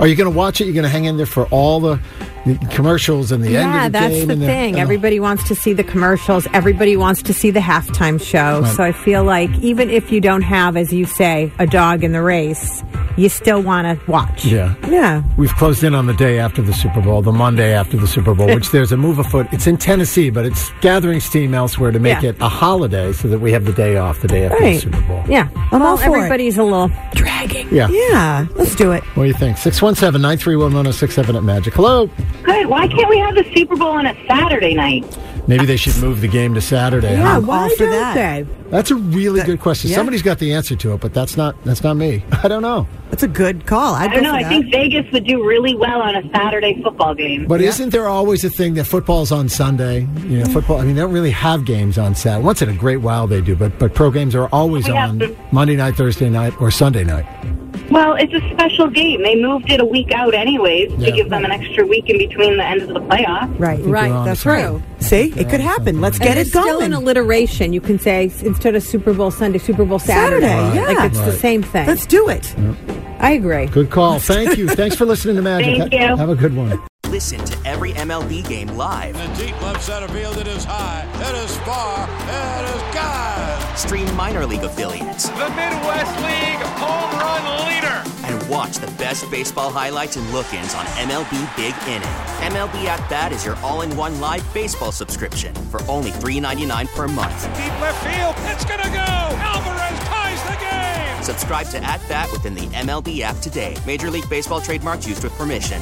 Are you going to watch it? You're going to hang in there for all the, the commercials and the end Yeah, of the that's game. the and thing. and Everybody wants to see the commercials. Everybody wants to see the halftime show. Right. So I feel like even if you don't have, as you say, a dog in the race, you still want to watch. Yeah. Yeah. We've closed in on the day after the Super Bowl, the Monday after the Super Bowl, which there's a move afoot. It's in Tennessee, but it's gathering steam elsewhere to make Yeah. it a holiday so that we have the day off the day after the Right. Super Bowl. Yeah. I'm well, all for it. everybody's a little dragging. Yeah. Yeah, let's do it. What do you think? 617 931 1067 at Magic. Hello. Good. Why can't we have the Super Bowl on a Saturday night? Maybe they should move the game to Saturday. Yeah, huh? I'm all Why for don't that. they? That's a really good question. yeah. Somebody's got the answer to it, but that's not that's not me. I don't know. That's a good call. I'd I don't go know. for I that. think Vegas would do really well on a Saturday football game. But isn't there always a thing that football's on Sunday? You know, football. I mean, they don't really have games on Saturday. Once in a great while they do, but but pro games are always We have on to- Monday night, Thursday night, or Sunday night. Well, it's a special game. They moved it a week out, anyways, Yeah. to give them an extra week in between the end of the playoffs. right. think you're on Right. That's to right. something. See, it could happen. Let's And get it's it Still an going. alliteration. You can say s- instead of Super Bowl Sunday, Super Bowl Saturday. Saturday, Right. yeah. Like it's the Right. same thing. let's do it. I agree. Good call. Thank you. Thanks for listening to Magic. Thank Ha- you. Have a good one. Listen to every MLB game live. The deep left center field, it is high, it is far, it is God. Stream minor league affiliates The Midwest League home run leader. and watch the best baseball highlights and look ins on MLB Big Inning. MLB At Bat is your all in one live baseball subscription for only $3.99 per month. Deep left field. It's going to go. Alvarez ties the game. Subscribe to At Bat within the MLB app today. Major League Baseball trademarks used with permission.